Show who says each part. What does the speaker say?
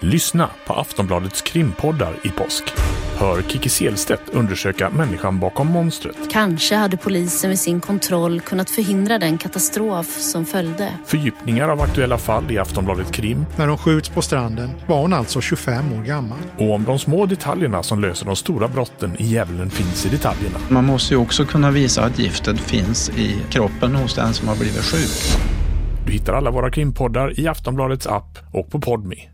Speaker 1: Lyssna på Aftonbladets krimpoddar i påsk. Hör Kiki Selstedt undersöka människan bakom monstret.
Speaker 2: Kanske hade polisen med sin kontroll kunnat förhindra den katastrof som följde.
Speaker 1: Fördjupningar av aktuella fall i Aftonbladet Krim
Speaker 3: När hon skjuts på stranden var hon alltså 25 år gammal.
Speaker 1: och om de små detaljerna som löser de stora brotten i Djävulen finns i detaljerna.
Speaker 4: Man måste ju också kunna visa att giftet finns i kroppen hos den som har blivit sjuk.
Speaker 1: Du hittar alla våra krimpoddar i Aftonbladets app och på Podmi.